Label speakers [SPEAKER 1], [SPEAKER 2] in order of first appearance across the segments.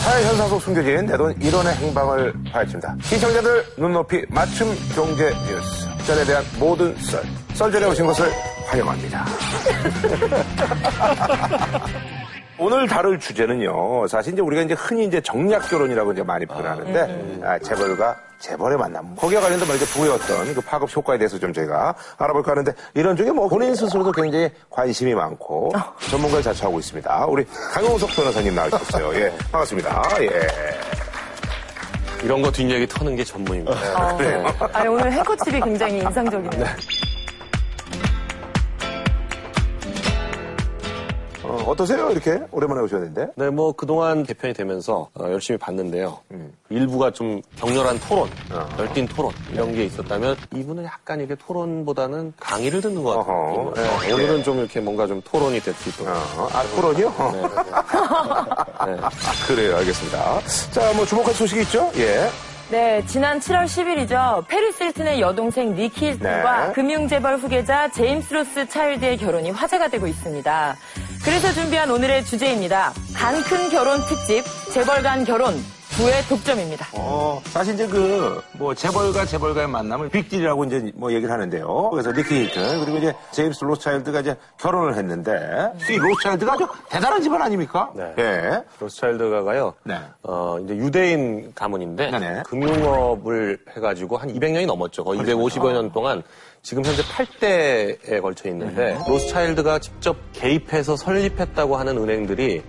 [SPEAKER 1] 사회 현상 속 숨겨진 내돈 1원의 행방을 파헤칩니다. 시청자들 눈높이 맞춤 경제 뉴스. 썰에 대한 모든 썰. 썰전에 오신 것을 환영합니다. 오늘 다룰 주제는요. 사실 이제 우리가 이제 흔히 이제 정략 결혼이라고 이제 많이 표현하는데 아, 재벌과 재벌의 만남. 거기에 관련된 뭐 이제 부여했던 그 파급 효과에 대해서 좀 저희가 알아볼까 하는데 이런 중에 뭐 본인 스스로도 굉장히 관심이 많고 전문가를 자처하고 있습니다. 우리 강용석 변호사님 나오셨어요. 예, 반갑습니다. 예.
[SPEAKER 2] 이런 거 뒷얘기 터는 게 전문입니다.
[SPEAKER 1] 아, 그래요.
[SPEAKER 3] 어, 아니, 오늘 해커칩이 굉장히 인상적이네요.
[SPEAKER 1] 어, 떠세요 이렇게 오랜만에 오셨는데?
[SPEAKER 2] 네, 뭐 그동안 개편이 되면서 어, 열심히 봤는데요.
[SPEAKER 1] 음.
[SPEAKER 2] 일부가 좀 격렬한 토론,
[SPEAKER 1] 아.
[SPEAKER 2] 열띤 토론 이런 게 있었다면 이분은 약간 이게 토론보다는 강의를 듣는 것 같아요.
[SPEAKER 1] 어허.
[SPEAKER 2] 네, 오늘은 좀 이렇게 뭔가 좀 토론이 됐을 것 같아요.
[SPEAKER 1] 어, 앞으로요? 아.
[SPEAKER 2] 네.
[SPEAKER 1] 그래요, 알겠습니다. 자, 뭐 주목할 소식이 있죠? 예.
[SPEAKER 3] 네, 지난 7월 10일이죠. 페리스 힐튼의 여동생 니키 힐튼과
[SPEAKER 1] 네.
[SPEAKER 3] 금융재벌 후계자 제임스 로스 차일드의 결혼이 화제가 되고 있습니다. 그래서 준비한 오늘의 주제입니다. 간큰 결혼 특집, 재벌 간 결혼, 부의 독점입니다.
[SPEAKER 1] 어, 사실 이제 그, 뭐, 재벌과 재벌가의 만남을 빅딜이라고 이제 뭐 얘기를 하는데요. 그래서 니키 힐튼, 그리고 이제 제임스 로스차일드가 이제 결혼을 했는데, 이 로스차일드가 아주 대단한 집안 아닙니까?
[SPEAKER 2] 네.
[SPEAKER 1] 예.
[SPEAKER 2] 로스차일드가가요.
[SPEAKER 1] 네.
[SPEAKER 2] 어, 이제 유대인 가문인데
[SPEAKER 1] 네네.
[SPEAKER 2] 금융업을 해가지고 한 200년이 넘었죠. 거의 255년 동안 지금 현재 8대에 걸쳐
[SPEAKER 1] 네.
[SPEAKER 2] 있는데 로스차일드가 직접 개입해서 설립했다고 하는 은행들이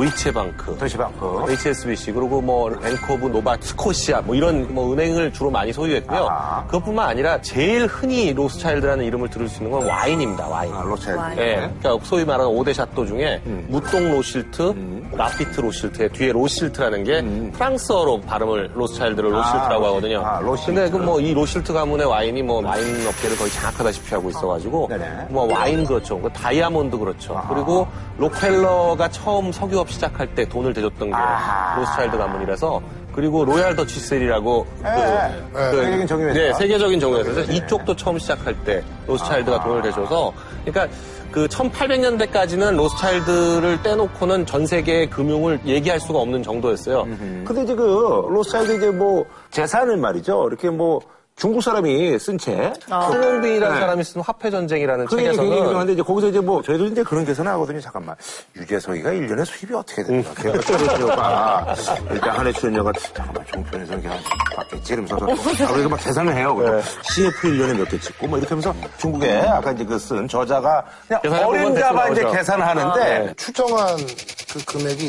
[SPEAKER 2] 도이체방크,
[SPEAKER 1] 도시방크.
[SPEAKER 2] HSBC 그리고 뭐 랭코브, 노바, 스코시아 뭐 이런 뭐 은행을 주로 많이 소유했고요.
[SPEAKER 1] 아하.
[SPEAKER 2] 그것뿐만 아니라 제일 흔히 로스차일드라는 이름을 들을 수 있는 건 와인입니다. 와인.
[SPEAKER 1] 아, 로스차일드.
[SPEAKER 2] 예, 그러니까 소위 말하는 5대 샷도 중에
[SPEAKER 1] 음.
[SPEAKER 2] 무똥 로실트, 라피트 로실트의 뒤에 로실트라는 게 프랑스어로 발음을 로스차일드를 로실트라고
[SPEAKER 1] 음. 로실트.
[SPEAKER 2] 하거든요.
[SPEAKER 1] 아, 로실트.
[SPEAKER 2] 근데 그 뭐 이 로실트 가문의 와인이 뭐 와인 업계를 거의 장악하다시피 하고 있어가지고
[SPEAKER 1] 아, 네네.
[SPEAKER 2] 뭐 와인 그렇죠, 그 다이아몬드 그렇죠. 그리고 로펠러가 처음 석유업 시작할 때 돈을 대줬던 게
[SPEAKER 1] 아하.
[SPEAKER 2] 로스차일드 가문이라서 그리고 로얄 더치셀이라고 그,
[SPEAKER 1] 예, 예. 세계적인 정유회사.
[SPEAKER 2] 네, 세계적인 정유회사. 이쪽도 처음 시작할 때 로스차일드가
[SPEAKER 1] 아.
[SPEAKER 2] 돈을 대줘서 그러니까 그 1800년대까지는 로스차일드를 떼놓고는 전 세계 금융을 얘기할 수가 없는 정도였어요.
[SPEAKER 1] 근데 이제 그, 로스차일드 이제 뭐, 재산을 말이죠. 이렇게 뭐, 중국 사람이 쓴 채.
[SPEAKER 2] 홍빈이라는 사람이 쓴 화폐 전쟁이라는
[SPEAKER 1] 아. 네. 그게 이제 굉장히
[SPEAKER 2] 책에서는
[SPEAKER 1] 유명한데 이제 거기서 이제 뭐 저희도 이제 그런 계산을 하거든요. 잠깐만 유재석이가 1년에 수입이 어떻게 되는가? 걔가 출연료가 일단 한 해 출연료가 잠깐만 종편에서 이렇게 한 받겠지 이러면서 바로 이렇게 막 계산을 해요. 그래서 CF 1년에 몇 개 찍고 뭐 이렇게 하면서 중국에 아까 이제 그 쓴 저자가 그냥
[SPEAKER 2] 계산해 본
[SPEAKER 1] 어린 자가
[SPEAKER 2] 건데
[SPEAKER 1] 이제
[SPEAKER 2] 나오죠.
[SPEAKER 1] 계산을 하는데
[SPEAKER 4] 추정한 그 금액이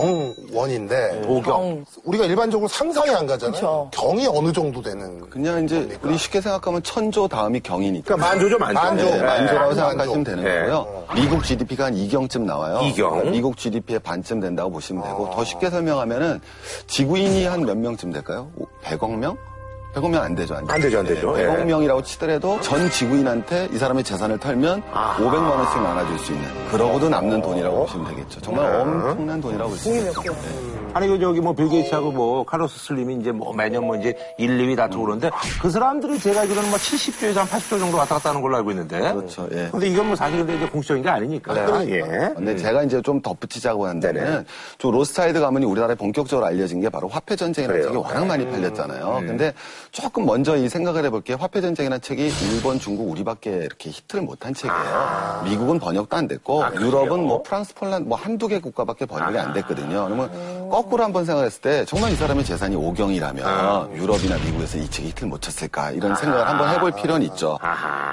[SPEAKER 4] 5경원인데
[SPEAKER 2] 네.
[SPEAKER 3] 오경.
[SPEAKER 4] 우리가 일반적으로 상상이 안 가잖아요. 경이 어느 정도 되는 그러니까
[SPEAKER 5] 그냥 이제 우리 쉽게 생각하면 천조 다음이 경이니까.
[SPEAKER 1] 그러니까 만조죠 만조.
[SPEAKER 4] 만조,
[SPEAKER 1] 네.
[SPEAKER 5] 만조라고
[SPEAKER 4] 만조.
[SPEAKER 5] 생각하시면 되는
[SPEAKER 1] 네.
[SPEAKER 5] 거고요. 미국 GDP가 한 2경쯤 나와요.
[SPEAKER 1] 이경. 아.
[SPEAKER 5] 그러니까 미국 GDP의 반쯤 된다고 보시면 되고 더 쉽게 설명하면은 지구인이 한 몇 명쯤 될까요? 100억 명? 100억 명 안 되죠, 안 되죠.
[SPEAKER 1] 안 되죠, 안 되죠. 예.
[SPEAKER 5] 100억 명이라고 치더라도 전 지구인한테 이 사람의 재산을 털면
[SPEAKER 1] 아.
[SPEAKER 5] 500만 원씩 나눠줄 수 있는 그러고도 남는
[SPEAKER 1] 어?
[SPEAKER 5] 돈이라고 보시면 되겠죠. 정말
[SPEAKER 1] 네.
[SPEAKER 5] 엄청난 돈이라고 볼 수 있죠 네,
[SPEAKER 1] 아니 그 저기 뭐 빌 게이츠하고 뭐 카로스 슬림이 이제 뭐 매년 뭐 이제 1, 2위 다투고 그러는데 그 사람들이 제가 알기로는 뭐 70조에서 한 80조 정도 왔다 갔다 하는 걸로 알고 있는데.
[SPEAKER 5] 그렇죠, 예.
[SPEAKER 1] 근데 이건 뭐 사실 근데 이제 공식적인 게 아니니까. 예.
[SPEAKER 5] 근데 제가 이제 좀 덧붙이자고
[SPEAKER 1] 네.
[SPEAKER 5] 한다면 좀 로스타이드 가문이 우리나라에 본격적으로 알려진 게 바로 화폐 전쟁이라는
[SPEAKER 1] 그래요. 음.
[SPEAKER 5] 책이 워낙 많이 팔렸잖아요. 근데 조금 먼저 이 생각을 해볼 게 화폐 전쟁이라는 책이 일본, 중국, 우리밖에 이렇게 히트를 못한 책이에요.
[SPEAKER 1] 아.
[SPEAKER 5] 미국은 번역도 안 됐고 유럽은 뭐 프랑스, 폴란드 뭐 한두 개 국가밖에 번역이
[SPEAKER 1] 아.
[SPEAKER 5] 안 됐거든요. 그러면 거꾸로 한번 생각했을 때 정말 이 사람의 재산이 5경이라면
[SPEAKER 1] 아.
[SPEAKER 5] 유럽이나 미국에서 이 책이 히트를 못 쳤을까 이런 생각을 한번 해볼
[SPEAKER 1] 아.
[SPEAKER 5] 필요는 있죠.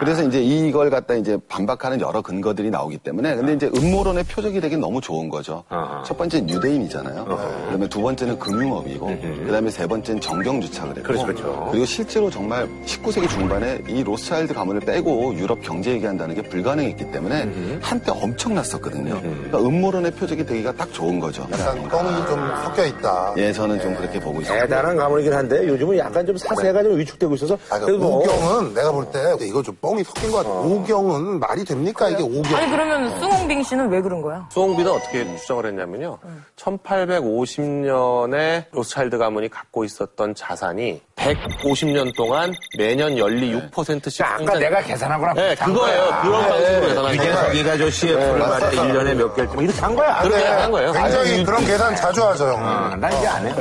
[SPEAKER 5] 그래서 이제 이걸 갖다 이제 반박하는 여러 근거들이 나오기 때문에 근데 이제 음모론의 표적이 되긴 너무 좋은 거죠. 첫 번째는 유대인이잖아요. 그다음에 두 번째는 금융업이고 그다음에 세 번째는 정경주착을 했고
[SPEAKER 1] 그렇죠, 그렇죠.
[SPEAKER 5] 리고 실제로 정말 19세기 중반에 이 로스차일드 가문을 빼고 유럽 경제 얘기한다는 게 불가능했기 때문에 한때 엄청났었거든요. 그러니까 음모론의 표적이 되기가 딱 좋은 거죠.
[SPEAKER 4] 약간 뻥이 좀 섞여 있다.
[SPEAKER 5] 예, 저는 좀 그렇게 보고 있습니다.
[SPEAKER 1] 대단한 가문이긴 한데 요즘은 약간 좀 사세가 좀 위축되고 있어서
[SPEAKER 4] 아, 그
[SPEAKER 1] 그래도 뭐
[SPEAKER 4] 오경은 내가 볼 때 이거 좀 뻥이 섞인 것 같아. 오경은 말이 됩니까 이게
[SPEAKER 3] 아니,
[SPEAKER 4] 오경?
[SPEAKER 1] 네.
[SPEAKER 3] 그러면 숭홍빙 씨는 왜 그런 거야?
[SPEAKER 2] 수홍비는 어떻게 추정을 했냐면요.
[SPEAKER 1] 음.
[SPEAKER 2] 1850년에 로스차일드 가문이 갖고 있었던 자산이 1 0 50년 동안 매년 연리 6%씩
[SPEAKER 1] 네. 아까 내가 계산한 네. 거랑
[SPEAKER 2] 네, 그거예요. 그런 방식으로 계산한 거예요.
[SPEAKER 6] 이가 저 CF를 말때 1년에 몇 개를
[SPEAKER 1] 뭐 이렇게 한 거야.
[SPEAKER 2] 그렇게 한 거예요.
[SPEAKER 4] 굉장히 그런 계산 자주 하죠, 형. 님
[SPEAKER 1] 아, 난 이제 안 해.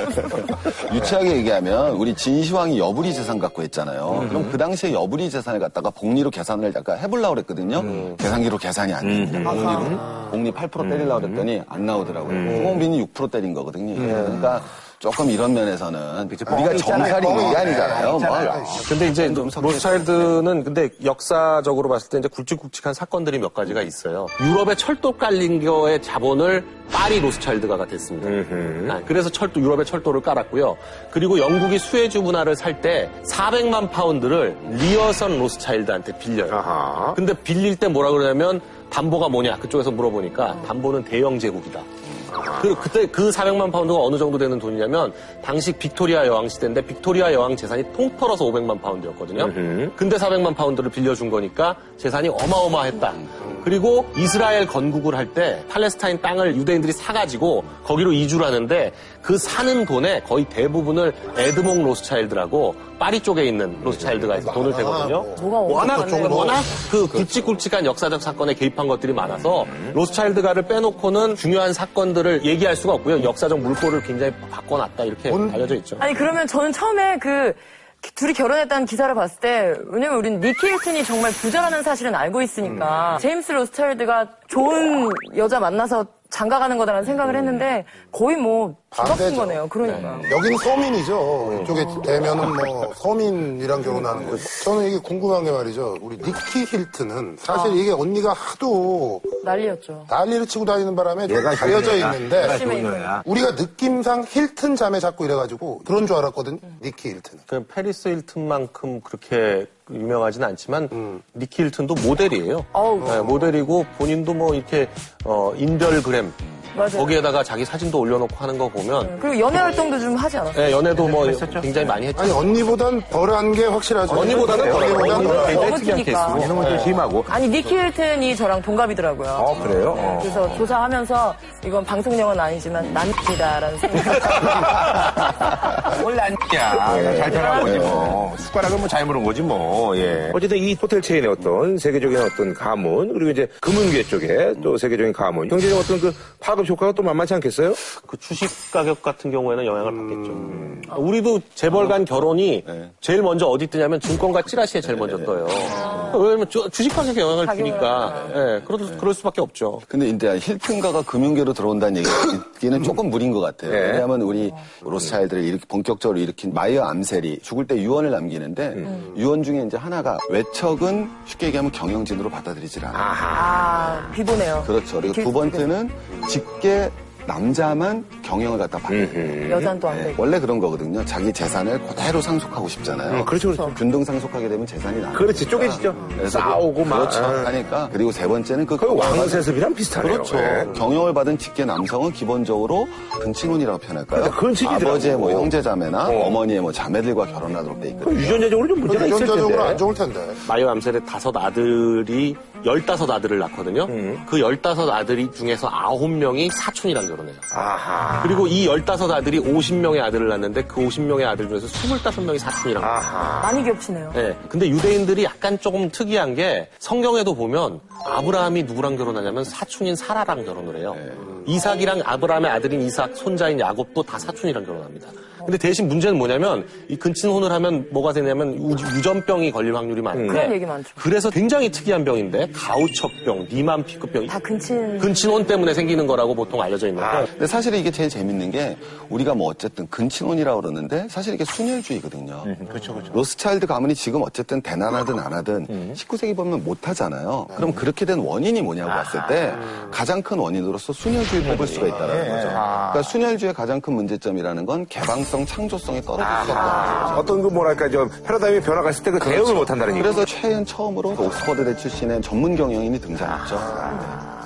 [SPEAKER 5] 유치하게 얘기하면 우리 진시황이 여불이 재산 갖고 했잖아요. 그럼 그 당시에 여불이 재산을 갖다가 복리로 계산을 약간 해보려고 그랬거든요. 계산기로 계산이 안 됩니다. 복리로. 복리 8% 때리려고 그랬더니 안 나오더라고요. 홍홍빈이 6% 때린 거거든요. 그러니까 조금 이런 면에서는 우리가 정살이 이게 아니잖아요. 뭐. 뭘.
[SPEAKER 2] 근데 이제 로스차일드는 근데 역사적으로 봤을 때 이제 굵직굵직한 사건들이 몇 가지가 있어요. 유럽의 철도 깔린 거의 자본을 파리 로스차일드가가 됐습니다. 아, 그래서 철도 유럽의 철도를 깔았고요. 그리고 영국이 수에즈 문화를 살 때 400만 파운드를 리어선 로스차일드한테 빌려요.
[SPEAKER 1] 아하.
[SPEAKER 2] 근데 빌릴 때 뭐라 그러냐면 담보가 뭐냐 그쪽에서 물어보니까
[SPEAKER 1] 음.
[SPEAKER 2] 담보는 대영 제국이다. 그, 그때 그 400만 파운드가 어느 정도 되는 돈이냐면 당시 빅토리아 여왕 시대인데 빅토리아 여왕 재산이 통틀어서 500만 파운드였거든요. 근데 400만 파운드를 빌려준 거니까 재산이 어마어마했다. 그리고 이스라엘 건국을 할 때 팔레스타인 땅을 유대인들이 사가지고 거기로 이주를 하는데 그 사는 돈의 거의 대부분을 에드몽 로스차일드라고 파리 쪽에 있는 로스차일드가 있어 돈을 대거든요. 아, 뭐. 워낙 워낙 그 굵직굵직한 역사적 사건에 개입한 것들이 많아서 로스차일드가를 빼놓고는 중요한 사건들을 얘기할 수가 없고요. 역사적 물꼬를 굉장히 바꿔놨다 이렇게 알려져 있죠.
[SPEAKER 3] 아니 그러면 저는 처음에 그 기- 둘이 결혼했다는 기사를 봤을 때 왜냐면 우린 니키 힐튼이 정말 부자라는 사실은 알고 있으니까 제임스 로스차일드가 좋은 여자 만나서 장가가는 거다라는 생각을 했는데 거의 뭐 뒤바꾼
[SPEAKER 4] 반대죠.
[SPEAKER 3] 거네요. 그러니까.
[SPEAKER 4] 여기는 서민이죠. 이쪽에 되면은 뭐 서민이랑 결혼하는 거죠. 저는 이게 궁금한 게 말이죠. 우리 니키 힐튼은 사실 이게 언니가 하도
[SPEAKER 3] 난리였죠.
[SPEAKER 4] 난리를 치고 다니는 바람에 좀 가려져
[SPEAKER 1] 예,
[SPEAKER 4] 있는데
[SPEAKER 3] 심해.
[SPEAKER 4] 우리가 느낌상 힐튼 자매 자꾸 이래가지고 그런 줄 알았거든. 니키 힐튼은.
[SPEAKER 2] 그 페리스 힐튼만큼 그렇게 유명하진 않지만 니키 힐튼도 모델이에요.
[SPEAKER 3] 어우.
[SPEAKER 2] 네, 모델이고 본인도 뭐 이렇게 어, 인별그램
[SPEAKER 3] 맞아요.
[SPEAKER 2] 거기에다가 자기 사진도 올려놓고 하는 거 보면
[SPEAKER 3] 그리고 연애 활동도 좀 하지 않았어요?
[SPEAKER 2] 네, 연애도 뭐 굉장히 많이 했죠.
[SPEAKER 4] 아니 언니보단 덜한 게 확실하죠.
[SPEAKER 2] 네, 언니보다는 덜해요.
[SPEAKER 4] 언니보단
[SPEAKER 2] 언니는
[SPEAKER 4] 덜해요.
[SPEAKER 2] 굉장히
[SPEAKER 3] 너무
[SPEAKER 2] 특이한 네.
[SPEAKER 3] 크니까.
[SPEAKER 2] 케이스고.
[SPEAKER 6] 이런
[SPEAKER 1] 예,
[SPEAKER 6] 건좀 심하고.
[SPEAKER 3] 아니 니키 힐튼이 저랑 동갑이더라고요.
[SPEAKER 6] 어, 그래요?
[SPEAKER 3] 네,
[SPEAKER 6] 어.
[SPEAKER 3] 그래서 조사하면서 이건 방송용은 아니지만 난이다라는 생각.
[SPEAKER 6] 원래 안 야, 잘 변한 거지 뭐. 숟가락은 뭐 잘 물은 거지 뭐. 예.
[SPEAKER 1] 어쨌든 이 호텔 체인의 어떤 세계적인 어떤 가문 그리고 이제 금은교회 쪽에 또 세계적인 가문 경제적 어떤 그 파급 효과가 또 만만치 않겠어요?
[SPEAKER 2] 그 주식 가격 같은 경우에는 영향을
[SPEAKER 1] 음.
[SPEAKER 2] 받겠죠. 아, 우리도
[SPEAKER 1] 아.
[SPEAKER 2] 재벌간 결혼이
[SPEAKER 1] 네.
[SPEAKER 2] 제일 먼저 어디 뜨냐면 증권과 찌라시에 제일 먼저 떠요. 아. 왜냐면 저- 주식 가격에 영향을
[SPEAKER 3] 가격을
[SPEAKER 2] 주니까. 예, 그럴,
[SPEAKER 1] 네.
[SPEAKER 2] 그럴 수밖에 없죠.
[SPEAKER 5] 근데 이제 힐튼가가 금융계로 들어온다는
[SPEAKER 1] 음.
[SPEAKER 5] 얘기는 조금 무리인 것 같아요.
[SPEAKER 1] 예.
[SPEAKER 5] 왜냐하면 우리 로스차일드를 이렇게 본격적으로 일으킨 마이어 암셀이 죽을 때 유언을 남기는데
[SPEAKER 1] 음.
[SPEAKER 5] 유언 중에 이제 하나가 외척은 쉽게 얘기하면 경영진으로 받아들이질 않아요.
[SPEAKER 3] 아 비보네요.
[SPEAKER 5] 그렇죠. 그리고 두 번째는 직계 남자만 경영을 갖다 받는 예.
[SPEAKER 3] 여잔 또안 되고.
[SPEAKER 5] 원래 그런 거거든요. 자기 재산을 그대로 상속하고 싶잖아요.
[SPEAKER 1] 그렇죠, 그렇죠.
[SPEAKER 5] 균등 상속하게 되면 재산이 나.
[SPEAKER 1] 아, 그렇지, 쪼개지죠. 싸우고 막.
[SPEAKER 5] 그렇죠. 하니까 그리고 세 번째는 그
[SPEAKER 1] 거의 왕세습이랑 비슷하네요.
[SPEAKER 5] 그렇죠.
[SPEAKER 1] 예.
[SPEAKER 5] 경영을 받은 직계 남성은 기본적으로 근친혼이라고 표현할까요?
[SPEAKER 1] 그러니까 근친이더라고.
[SPEAKER 5] 아버지의 뭐 형제자매나 어. 머니의 뭐 자매들과 결혼하도록 돼 있거든요.
[SPEAKER 1] 그럼 유전자적으로 좀 문제가 있을 텐데.
[SPEAKER 4] 유전자적으로 안 좋을 텐데.
[SPEAKER 2] 마이어 암셀의 다섯 아들이 열다섯 아들을 낳거든요.
[SPEAKER 1] 음.
[SPEAKER 2] 그 열다섯 아들이 중에서 아홉 명이 사촌이랑 결혼해요.
[SPEAKER 1] 아하.
[SPEAKER 2] 그리고 이 열다섯 아들이 50명의 아들을 낳는데 그 50명의 아들 중에서 25명이 사촌이랑 낳아요.
[SPEAKER 1] 아하.
[SPEAKER 3] 많이 겹치네요.
[SPEAKER 2] 예. 근데 유대인들이 약간 조금 특이한 게 성경에도 보면 아브라함이 누구랑 결혼하냐면 사촌인 사라랑 결혼을 해요. 이삭이랑 아브라함의 아들인 이삭, 손자인 야곱도 다 사촌이랑 결혼합니다. 근데 대신 문제는 뭐냐면 이 근친혼을 하면 뭐가 되냐면 우- 유전병이 걸릴 확률이 많은데
[SPEAKER 3] 그런 얘기 많죠.
[SPEAKER 2] 그래서 굉장히 특이한 병인데 가우처병, 니만 피크병
[SPEAKER 3] 다 근친.
[SPEAKER 2] 근친혼 때문에 생기는 거라고 보통 알려져 있는데
[SPEAKER 5] 근데 사실 이게 제일 재밌는 게 우리가 뭐 어쨌든 근친혼이라고 그러는데 사실 이게 순혈주의거든요. 그렇죠, 음. 그렇죠. 로스차일드 가문이 지금 어쨌든 대난하든 안 하든 19세기 보면 못 하잖아요. 그럼 그렇게 된 원인이 뭐냐고 봤을 때 가장 큰 원인으로서 순혈주의 뽑을 수가 있다는 거죠. 그러니까 순혈주의 가장 큰 문제점이라는 건 개방성, 창조성이 떨어질 수 없다.
[SPEAKER 1] 어떤 그 뭐랄까 좀 패러다임이 변화가 있을 때 그 대응을 못한다는 얘기.
[SPEAKER 5] 그래서 최근 처음으로 그 옥스퍼드대 출신의 전문 경영인이 등장했죠.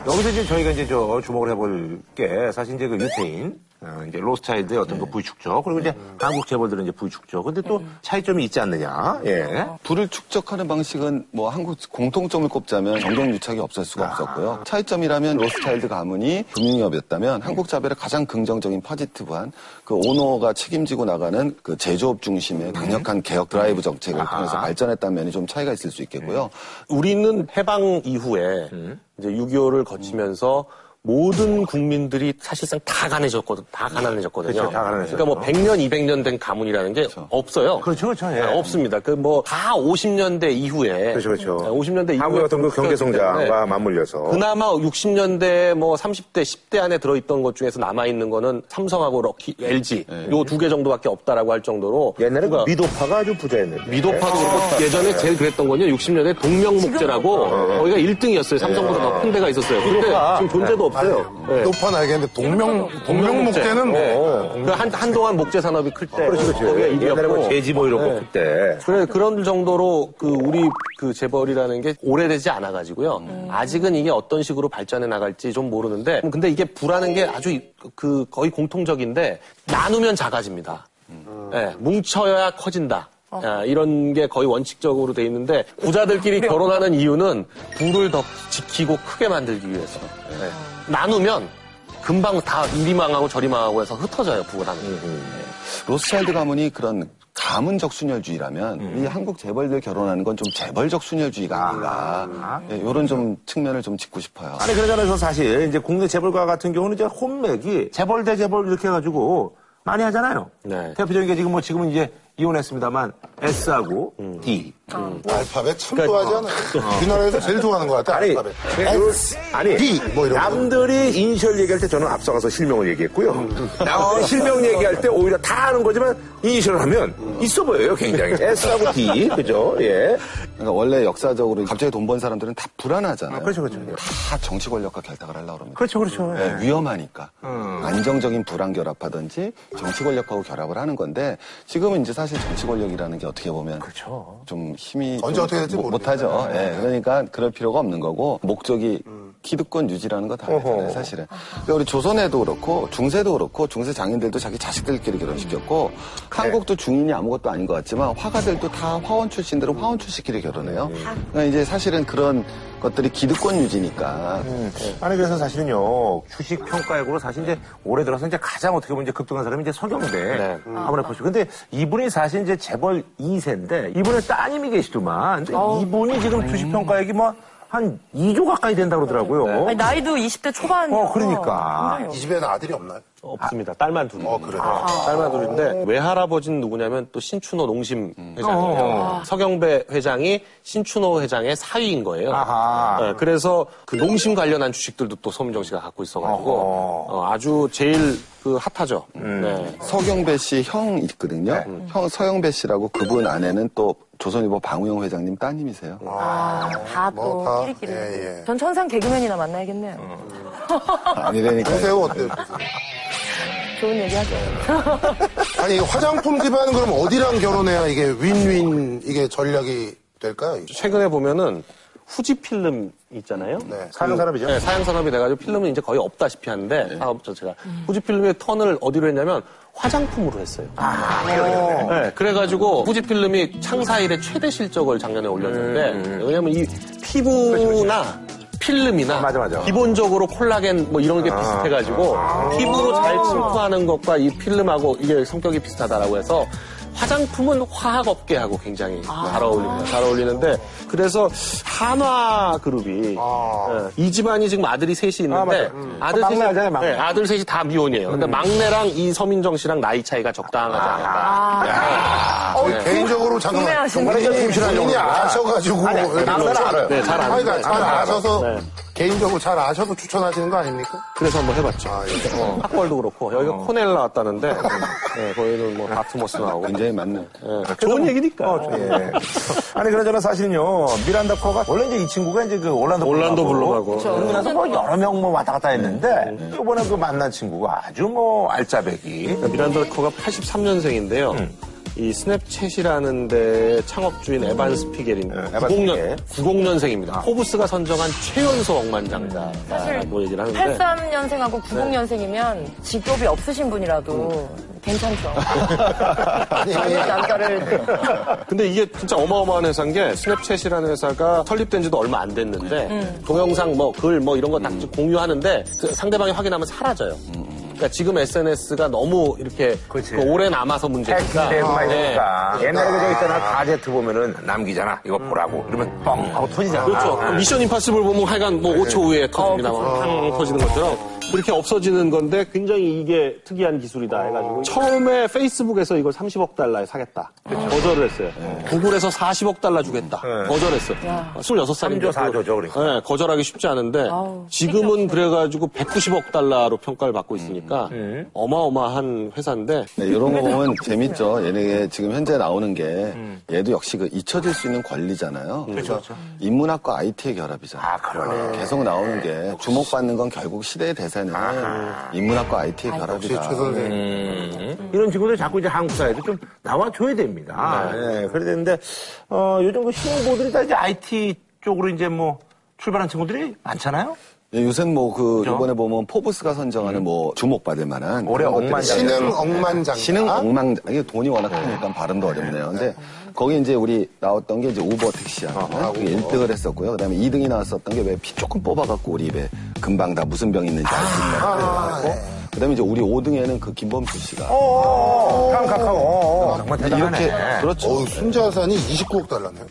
[SPEAKER 6] 여기서 이제 저희가 이제 저 주목을 해볼 게 사실 이제 그 유태인,
[SPEAKER 1] 어, 이제 로스차일드의 어떤 그 부유축적 그리고 이제 한국 재벌들은 이제 부유축적 근데 또 차이점이 있지 않느냐 예.
[SPEAKER 5] 부를 축적하는 방식은 뭐 한국 공통점을 꼽자면 정경유착이 없을 수가 없었고요. 차이점이라면 로스차일드 가문이 금융기업이었다면 한국 자벨의 가장 긍정적인 파지티브한 그 오너가 책임지고 나가는 그 제조업 중심의 강력한 개혁 드라이브 정책을 통해서 발전했다는 면이 좀 차이가 있을 수 있겠고요.
[SPEAKER 2] 우리는 해방 이후에
[SPEAKER 1] 음.
[SPEAKER 2] 이제 6.25를 거치면서 모든 국민들이 사실상 다 가난해졌거든, 다 가난해졌거든요.
[SPEAKER 1] 그쵸, 다 가난해졌죠.
[SPEAKER 2] 러니까뭐 100년, 200년 된 가문이라는 게 없어요.
[SPEAKER 1] 그렇죠, 그렇죠, 예.
[SPEAKER 2] 아, 없습니다. 그 뭐 다 50년대 이후에
[SPEAKER 1] 그렇죠 그렇죠
[SPEAKER 2] 50년대 이후에
[SPEAKER 1] 한국의 어떤 그 경제 성장과 뭐.
[SPEAKER 2] 때문에
[SPEAKER 1] 맞물려서
[SPEAKER 2] 그나마 60년대 뭐 30대, 10대 안에 들어있던 것 중에서 남아있는 거는 삼성하고 럭키, LG 요 두 개 정도밖에 없다라고 할 정도로
[SPEAKER 1] 예. 옛날에 그
[SPEAKER 2] 누가-
[SPEAKER 1] 미도파가 아주 부자였는데 네.
[SPEAKER 2] 미도파도
[SPEAKER 1] 아.
[SPEAKER 2] 그렇고 예전에 제일 그랬던 건요. 60년대 동명목재라고
[SPEAKER 1] 뭐.
[SPEAKER 2] 거기가 1등이었어요. 삼성보다
[SPEAKER 1] 예.
[SPEAKER 2] 더 큰 데가 있었어요. 근데 지금 존재도 없어요. 네.
[SPEAKER 4] 높아 알겠는데 동명 동명목재는 뭐
[SPEAKER 2] 그 한, 한동안 목재 산업이 클 때.
[SPEAKER 1] 그렇죠 그렇죠
[SPEAKER 2] 거기가 1위였고. 예.
[SPEAKER 1] 옛날에 뭐 제지 뭐 이런 거 그때
[SPEAKER 2] 그래, 그런 정도로 그 우리 그 재벌이라는 게 오래되지 않아가지고요. 아직은 이게 어떤 식으로 발전해 나갈지 좀 모르는데. 근데 이게 부라는 게 아주 이- 그 거의 공통적인데 나누면 작아집니다. 예, 뭉쳐야 커진다. 예, 이런 게 거의 원칙적으로 돼 있는데 부자들끼리 결혼하는 이유는 부를 더 지키고 크게 만들기 위해서. 예. 나누면 금방 다 이리 망하고 저리 망하고 해서 흩어져요, 부라는 게.
[SPEAKER 5] 로스차일드 가문이 그런 가문적 순혈주의라면
[SPEAKER 1] 음.
[SPEAKER 5] 이 한국 재벌들 결혼하는 건 좀 재벌적 순혈주의가 아닌가 이런 좀 측면을 좀 짚고 싶어요.
[SPEAKER 1] 아니 그러잖아서 사실 이제 국내 재벌가 같은 경우는 이제 혼맥이 재벌 대 재벌 이렇게 해가지고 많이 하잖아요.
[SPEAKER 2] 네.
[SPEAKER 1] 대표적인 게 지금 뭐 지금은 이제 이혼했습니다만 S하고
[SPEAKER 5] 음.
[SPEAKER 1] D.
[SPEAKER 4] 알파벳 참 좋아하지 않아요? 우리나라에서 제일 좋아하는 것 같아.
[SPEAKER 1] 아니, 네,
[SPEAKER 4] 알파벳.
[SPEAKER 1] S, 아니,
[SPEAKER 4] D 뭐 이런 거.
[SPEAKER 1] 남들이 이니셜 얘기할 때 저는 앞서가서 실명을 얘기했고요. 나 실명 얘기할 때 오히려 다 아는 거지만 이니셜 하면 있어 보여요, 굉장히. S하고 D, 그죠? 예.
[SPEAKER 5] 그러니까 원래 역사적으로 갑자기 돈 번 사람들은 다 불안하잖아요.
[SPEAKER 1] 그렇죠, 그렇죠.
[SPEAKER 5] 다 정치 권력과 결탁을 하려고 합니다.
[SPEAKER 1] 그렇죠, 그렇죠.
[SPEAKER 5] 네, 위험하니까
[SPEAKER 4] 음.
[SPEAKER 5] 안정적인 불안 결합하든지 정치 권력하고 결합을 하는 건데 지금은 이제 사실 정치 권력이라는 게 어떻게 보면 좀 힘이
[SPEAKER 4] 그렇죠. 언제
[SPEAKER 5] 좀
[SPEAKER 4] 어떻게 될지
[SPEAKER 5] 못-
[SPEAKER 4] 모르겠네. 음.
[SPEAKER 5] 못하죠. 예, 그러니까 그럴 필요가 없는 거고 목적이 기득권 유지라는 거 다 알잖아요, 사실은. 그러니까 우리 조선에도 그렇고 중세도 그렇고 중세 장인들도 자기 자식들끼리
[SPEAKER 4] 음.
[SPEAKER 5] 결혼시켰고
[SPEAKER 4] 네.
[SPEAKER 5] 한국도 중인이 아무것도 아닌 것 같지만 화가들도 다 화원 출신들은 화원 출신끼리 결혼해요.
[SPEAKER 4] 네.
[SPEAKER 5] 그러니까 이제 사실은 그런 것들이 기득권 유지니까
[SPEAKER 4] 음.
[SPEAKER 1] 네. 아니 그래서 사실은요 주식 평가액으로 사실 이제 올해 들어서 이제 가장 어떻게 보면 이제 급등한 사람이 이제 서경대
[SPEAKER 2] 네.
[SPEAKER 1] 한번 해보시고 근데 이분이 사실 이제 재벌 2세인데 이분의 따님이 계시더만 근데 이분이 지금 주식 평가액이 뭐 한 2조 가까이 된다 그러더라고요.
[SPEAKER 2] 네.
[SPEAKER 3] 아니, 나이도 20대 초반이고.
[SPEAKER 1] 어, 그러니까.
[SPEAKER 4] 이 집에는 아들이 없나요?
[SPEAKER 2] 없습니다. 딸만 둘.
[SPEAKER 4] 어, 그래요?
[SPEAKER 2] 딸만 둘인데 외할아버지는 누구냐면 또 신춘호 농심
[SPEAKER 1] 음. 어,
[SPEAKER 2] 회장이에요. 서경배 회장이 신춘호 회장의 사위인 거예요.
[SPEAKER 1] 아하.
[SPEAKER 2] 예, 그래서 그 농심 관련한 주식들도 또 서민정 씨가 갖고 있어가지고 어, 아주 제일 그 핫하죠.
[SPEAKER 1] 음.
[SPEAKER 2] 네.
[SPEAKER 5] 서경배 씨 형 있거든요. 음. 형 서영배 씨라고 그분 아내는 또 조선일보 방우영 회장님 따님이세요.
[SPEAKER 3] 다또
[SPEAKER 4] 뭐 다,
[SPEAKER 3] 끼리끼리.
[SPEAKER 4] 예, 음. 예.
[SPEAKER 3] 전 천상 개그맨이나 만나야겠네요.
[SPEAKER 5] 아니라니까.
[SPEAKER 4] 보세요 어때요?
[SPEAKER 3] 좋은 얘기 하죠.
[SPEAKER 4] 아니 화장품 집안은 그럼 어디랑 결혼해야 이게 윈윈 이게 전략이 될까요?
[SPEAKER 2] 최근에 보면은 후지 필름 있잖아요.
[SPEAKER 4] 네.
[SPEAKER 1] 사는 사람이죠.
[SPEAKER 2] 네, 사양 산업이 돼가지고 필름은 이제 거의 없다시피 하는데
[SPEAKER 1] 네.
[SPEAKER 2] 사업 자체가 후지 필름의 턴을 어디로 했냐면 화장품으로 했어요.
[SPEAKER 1] 어.
[SPEAKER 2] 네, 그래가지고 후지 필름이 창사 일의 최대 실적을 작년에 올렸는데
[SPEAKER 1] 음,
[SPEAKER 2] 왜냐면 이 피부나 필름이나
[SPEAKER 1] 맞아, 아. 맞아.
[SPEAKER 2] 기본적으로 콜라겐 뭐 이런 게 비슷해가지고 피부로 잘 침투하는 것과 이 필름하고 이게 성격이 비슷하다라고 해서 화장품은 화학 업계하고 굉장히 잘 어울립니다. 잘 어울리는데 그래서 한화 그룹이
[SPEAKER 1] 아.
[SPEAKER 2] 예, 이 집안이 지금 아들이 셋이 있는데 아,
[SPEAKER 1] 음.
[SPEAKER 2] 들 셋이
[SPEAKER 1] 어, 막내 알잖아요, 막내. 음.
[SPEAKER 2] 예, 아들 셋이 다 미혼이에요. 근데 막내랑 이 서민정 씨랑 나이 차이가 적당하지
[SPEAKER 1] 아.
[SPEAKER 2] 않을까.
[SPEAKER 4] 어,
[SPEAKER 3] 네.
[SPEAKER 4] 개인적으로 잠깐만
[SPEAKER 3] 궁금해하시는
[SPEAKER 4] 본인이 본인이 아셔가지고
[SPEAKER 1] 남들은 알아요.
[SPEAKER 2] 네, 잘 아는데.
[SPEAKER 4] 그러니까 잘 아셔서 개인적으로 잘 아셔서 추천하시는 거 아닙니까?
[SPEAKER 2] 그래서 한번 해봤죠.
[SPEAKER 4] 아, 예.
[SPEAKER 2] 학벌도 그렇고 여기가 코넬 나왔다는데 네, 거기는 뭐 바트모스 나오고
[SPEAKER 5] 아, 굉장히 맞는.
[SPEAKER 2] 예, 좋은 얘기니까.
[SPEAKER 1] 예. 아니 그러잖아 사실은요 미란다 커가 원래 이제 이 친구가 이제 그 올란도
[SPEAKER 2] 올란도 블루하고. 네. 음.
[SPEAKER 1] 그러고 나서 뭐 여러 명 뭐 왔다 갔다 했는데 이번에 그 만난 친구가 아주 뭐 알짜배기
[SPEAKER 2] 미란다 커가 83년생인데요. 이 스냅챗이라는 데 창업주인 에반 스피겔인데
[SPEAKER 1] 에반
[SPEAKER 2] 90년,
[SPEAKER 1] 스피겔.
[SPEAKER 2] 90년생입니다. 포브스가 선정한 최연소 억만장자라고 아, 뭐 얘기를 하는데 네.
[SPEAKER 3] 83년생하고 90년생이면 직업이 없으신 분이라도
[SPEAKER 4] 음.
[SPEAKER 3] 괜찮죠. 젊은 남자를
[SPEAKER 2] 근데 이게 진짜 어마어마한 회사인 게 스냅챗이라는 회사가 설립된 지도 얼마 안 됐는데 동영상 뭐 글 뭐 이런 거딱 공유하는데 그 상대방이 확인하면 사라져요. 그러니까 지금 SNS가 너무 이렇게
[SPEAKER 1] 그치.
[SPEAKER 2] 그 오래 남아서 문제니까
[SPEAKER 1] 네, 많이
[SPEAKER 2] 네.
[SPEAKER 1] 보니까. 옛날에 그저 있잖아. 가제트 보면은 남기잖아. 이거 보라고. 그러면 뻥 하고 터지잖아. 네.
[SPEAKER 2] 그렇죠. 미션 임파서블 보면 하여간 뭐 5초 후에 터집니다. 막팡 터지는 것처럼. 그렇게 없어지는 건데 굉장히 이게 특이한 기술이다 해가지고 처음에 페이스북에서 이걸 30억 달러에 사겠다. 거절을 했어요. 그렇죠. 네. 구글에서 40억 달러 주겠다. 거절했어요. 26살인데.
[SPEAKER 1] 삼조,
[SPEAKER 2] 네,
[SPEAKER 1] 사조죠, 그러니까.
[SPEAKER 2] 거절하기 쉽지 않은데 지금은 그래가지고 190억 달러로 평가를 받고 있으니까 어마어마한 회사인데
[SPEAKER 5] 네, 이런 거 보면 재밌죠. 얘네 지금 현재 나오는 게 얘도 역시 그 잊혀질 수 있는 권리잖아요. 그래서 인문학과 IT의 결합이잖아요. 계속 나오는 게 주목받는 건 결국 시대의 대세는 인문학과 IT의 결합이다.
[SPEAKER 4] 최 선생.
[SPEAKER 1] 이런 친구들 자꾸 이제 한국 사회에서 좀 나와줘야
[SPEAKER 2] 네.
[SPEAKER 1] 됩니다. 예, 그래야 되는데, 어, 요즘 그 신보들이 다 이제 IT 쪽으로 이제 뭐 출발한 친구들이 많잖아요?
[SPEAKER 5] 예, 요새 뭐그 이번에 보면 포브스가 선정하는 뭐 주목받을 만한
[SPEAKER 1] 올해
[SPEAKER 5] 그런 것들이
[SPEAKER 1] 억만장자.
[SPEAKER 4] 신흥 억만장자.
[SPEAKER 5] 신흥 엉망 이게 돈이 워낙 크니까 발음도 어렵네요. 근데 거기 이제 우리 나왔던 게 이제 우버 택시야. 아, 1등을 했었고요. 그다음에 2등이 나왔었던 게 왜 피 조금 뽑아갖고 우리 입에 금방 다 무슨 병이 있는지 알 수 있다. 그래갖고 그다음에 이제 우리 5등에는 그 김범수 씨가
[SPEAKER 1] 깜카카오 정말
[SPEAKER 5] 근데
[SPEAKER 1] 대단하네.
[SPEAKER 5] 이렇게 그렇죠.
[SPEAKER 4] 어우, 순자산이 29억 달러네요.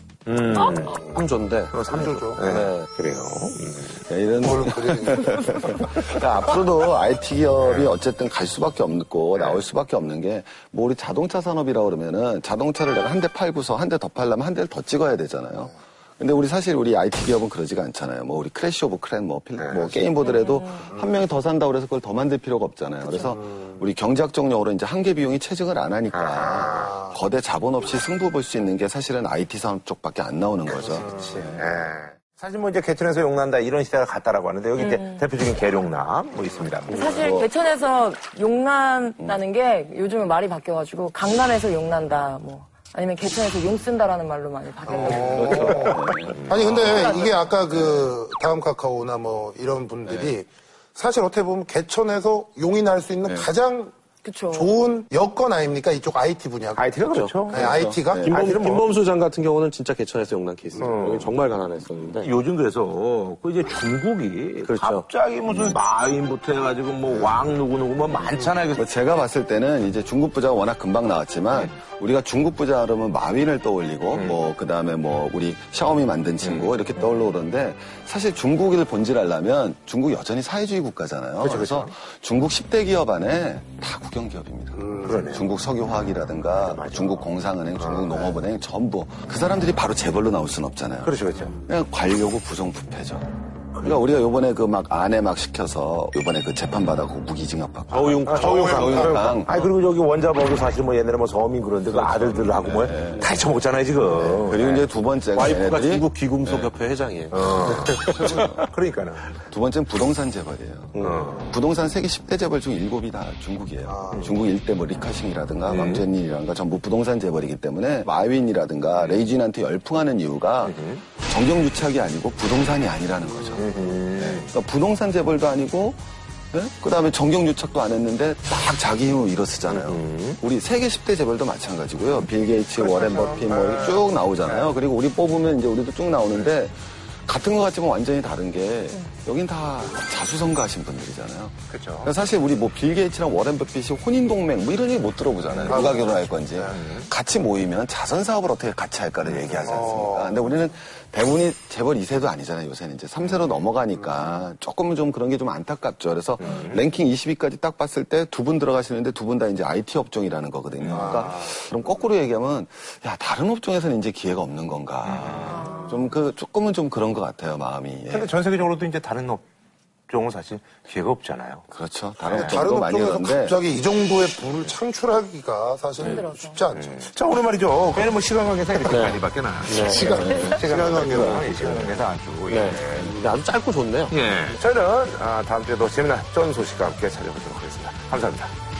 [SPEAKER 2] 3조인데
[SPEAKER 4] 3조죠. 뭐
[SPEAKER 1] 그래요.
[SPEAKER 5] 야, 네, 이런
[SPEAKER 4] 그걸로 그리는.
[SPEAKER 5] 그러니까 앞으로도 IT 기업이 어쨌든 갈 수밖에 없고 나올 수밖에 없는 게, 뭐 우리 자동차 산업이라고 그러면은 자동차를 내가 한 대 팔고서 한 대 더 팔려면 한 대를 더 찍어야 되잖아요. 근데 우리 사실 우리 IT 기업은 그러지가 않잖아요. 뭐 우리 크래시 오브 크랜 뭐, 필- 뭐 게임 보더라도 한 명이 더 산다고 그래서 그걸 더 만들 필요가 없잖아요. 그래서 우리 경제학적 용어로 이제 한계 비용이 체증을 안 하니까 거대 자본 없이 승부 볼 수 있는 게 사실은 IT 산업 쪽밖에 안 나오는 거죠.
[SPEAKER 1] 네. 사실 뭐 이제 개천에서 용난다 이런 시대가 갔다라고 하는데 여기 이제 대표적인 계룡남 뭐 있습니다.
[SPEAKER 3] 음. 사실 개천에서 용난다는 게 요즘은 말이 바뀌어가지고 강남에서 용난다 뭐 아니면 개천에서 용 쓴다라는 말로 많이 바뀌어요.
[SPEAKER 4] 아니, 근데 이게 아까 그 다음 카카오나 뭐 이런 분들이 사실 어떻게 보면 개천에서 용이 날 수 있는 가장
[SPEAKER 3] 그쵸.
[SPEAKER 4] 좋은 여건 아닙니까? 이쪽 IT 분야가.
[SPEAKER 1] IT가 그렇죠.
[SPEAKER 4] 네, IT가?
[SPEAKER 1] 사실은 뭐-
[SPEAKER 2] 김범, 수장 같은 어. 경우는 진짜 개천에서 용난 케이스. 여기 정말 가난했었는데.
[SPEAKER 1] 요즘 그래서 그 이제 중국이
[SPEAKER 2] 그렇죠.
[SPEAKER 1] 갑자기 무슨 마인부터 해가지고 뭐 왕 누구 누구 뭐 많잖아요. 그래서
[SPEAKER 5] 뭐 제가 봤을 때는 이제 중국 부자가 워낙 금방
[SPEAKER 1] 네.
[SPEAKER 5] 나왔지만 우리가 중국 부자 하면 마윈을 떠올리고 뭐 그다음에 뭐 우리 샤오미
[SPEAKER 1] 네.
[SPEAKER 5] 만든 친구 이렇게 떠올르는데 사실 중국을 본질하려면 중국 여전히 사회주의 국가잖아요.
[SPEAKER 1] 그렇죠,
[SPEAKER 5] 그래서 중국 10대 기업 안에 다 국영 기업입니다. 중국 석유화학이라든가 중국 공상은행,
[SPEAKER 1] 아, 네.
[SPEAKER 5] 중국 농업은행 전부 그 사람들이 바로 재벌로 나올 수는 없잖아요.
[SPEAKER 1] 그렇죠, 그렇죠.
[SPEAKER 5] 그냥 관료고 부정부패죠. 그러니까 우리가 요번에 그 막 아내 막 시켜서 요번에 그 재판받아고 무기징역 받고 아,
[SPEAKER 2] 저우융,
[SPEAKER 5] 저우용강.
[SPEAKER 1] 아니 그리고 여기 원자버도 사실 뭐 옛날에 뭐 서민 그런데 그 아들들하고 뭐다 헤쳐먹잖아요 지금.
[SPEAKER 5] 그리고 이제 두 번째가
[SPEAKER 2] 와이프가
[SPEAKER 5] 얘네들이
[SPEAKER 2] 중국 귀금속협회 회장이에요.
[SPEAKER 1] 그러니까는.
[SPEAKER 5] 두 번째는 부동산 재벌이에요.
[SPEAKER 2] 음.
[SPEAKER 5] 부동산 세계 10대 재벌 중 7이 다 중국이에요.
[SPEAKER 2] 아.
[SPEAKER 5] 중국 일대 뭐 리카싱이라든가
[SPEAKER 2] 음.
[SPEAKER 5] 왕젠린이라든가 전부 부동산 재벌이기 때문에 마윈이라든가 레이진한테 열풍하는 이유가
[SPEAKER 2] 음.
[SPEAKER 5] 정경유착이 아니고 부동산이 아니라는 거죠. 네. 그러니까 부동산 재벌도 아니고 그 다음에 정경유착도 안 했는데 딱 자기 힘을 일어서잖아요. 우리 세계 10대 재벌도 마찬가지고요. 빌 게이츠, 워렌 버핏 뭐쭉 나오잖아요. 그리고 우리 뽑으면 이제 우리도 쭉 나오는데 같은 것 같지만 완전히 다른 게 여긴 다 자수성가하신 분들이잖아요. 그러니까 사실 우리 뭐 빌 게이츠랑 워렌 버핏이 혼인 동맹 뭐 이런 얘기 못 들어보잖아요. 누가
[SPEAKER 4] 그렇죠.
[SPEAKER 5] 결혼할 건지
[SPEAKER 4] 네.
[SPEAKER 5] 같이 모이면 자선 사업을 어떻게 같이 할까를 얘기하지 않습니까? 근데 우리는 대부분이 재벌 2세도 아니잖아요. 요새는 이제 3세로 넘어가니까 조금은 좀 그런 게 좀 안타깝죠. 그래서
[SPEAKER 4] 음.
[SPEAKER 5] 랭킹 20위까지 딱 봤을 때 두 분 들어가시는데 두 분 다 이제 IT 업종이라는 거거든요.
[SPEAKER 4] 아.
[SPEAKER 5] 그러니까 그럼 거꾸로 얘기하면 야 다른 업종에서는 이제 기회가 없는
[SPEAKER 4] 음.
[SPEAKER 5] 건가? 좀 그 조금은 좀 그런 것 같아요 마음이. 예.
[SPEAKER 1] 근데 전 세계적으로도 이제 다른 업종은 사실 기회가 없잖아요.
[SPEAKER 5] 그렇죠. 다른
[SPEAKER 4] 네. 다른
[SPEAKER 5] 업종도 많이
[SPEAKER 4] 업종에서
[SPEAKER 5] 그런데
[SPEAKER 4] 갑자기 이 정도의 부를 창출하기가 사실 쉽지 않죠.
[SPEAKER 5] 네.
[SPEAKER 1] 자 오늘 말이죠. 괜히 뭐 시간 관계상 이렇게 많이 받게나.
[SPEAKER 4] 시간, 시간 관계로.
[SPEAKER 1] 시간 관계상 아주.
[SPEAKER 2] 네. 근데 아주 짧고 좋네요.
[SPEAKER 1] 예. 저희는 아, 다음 주에도 재미난 쩐 소식과 함께 찾아뵙도록 하겠습니다. 감사합니다.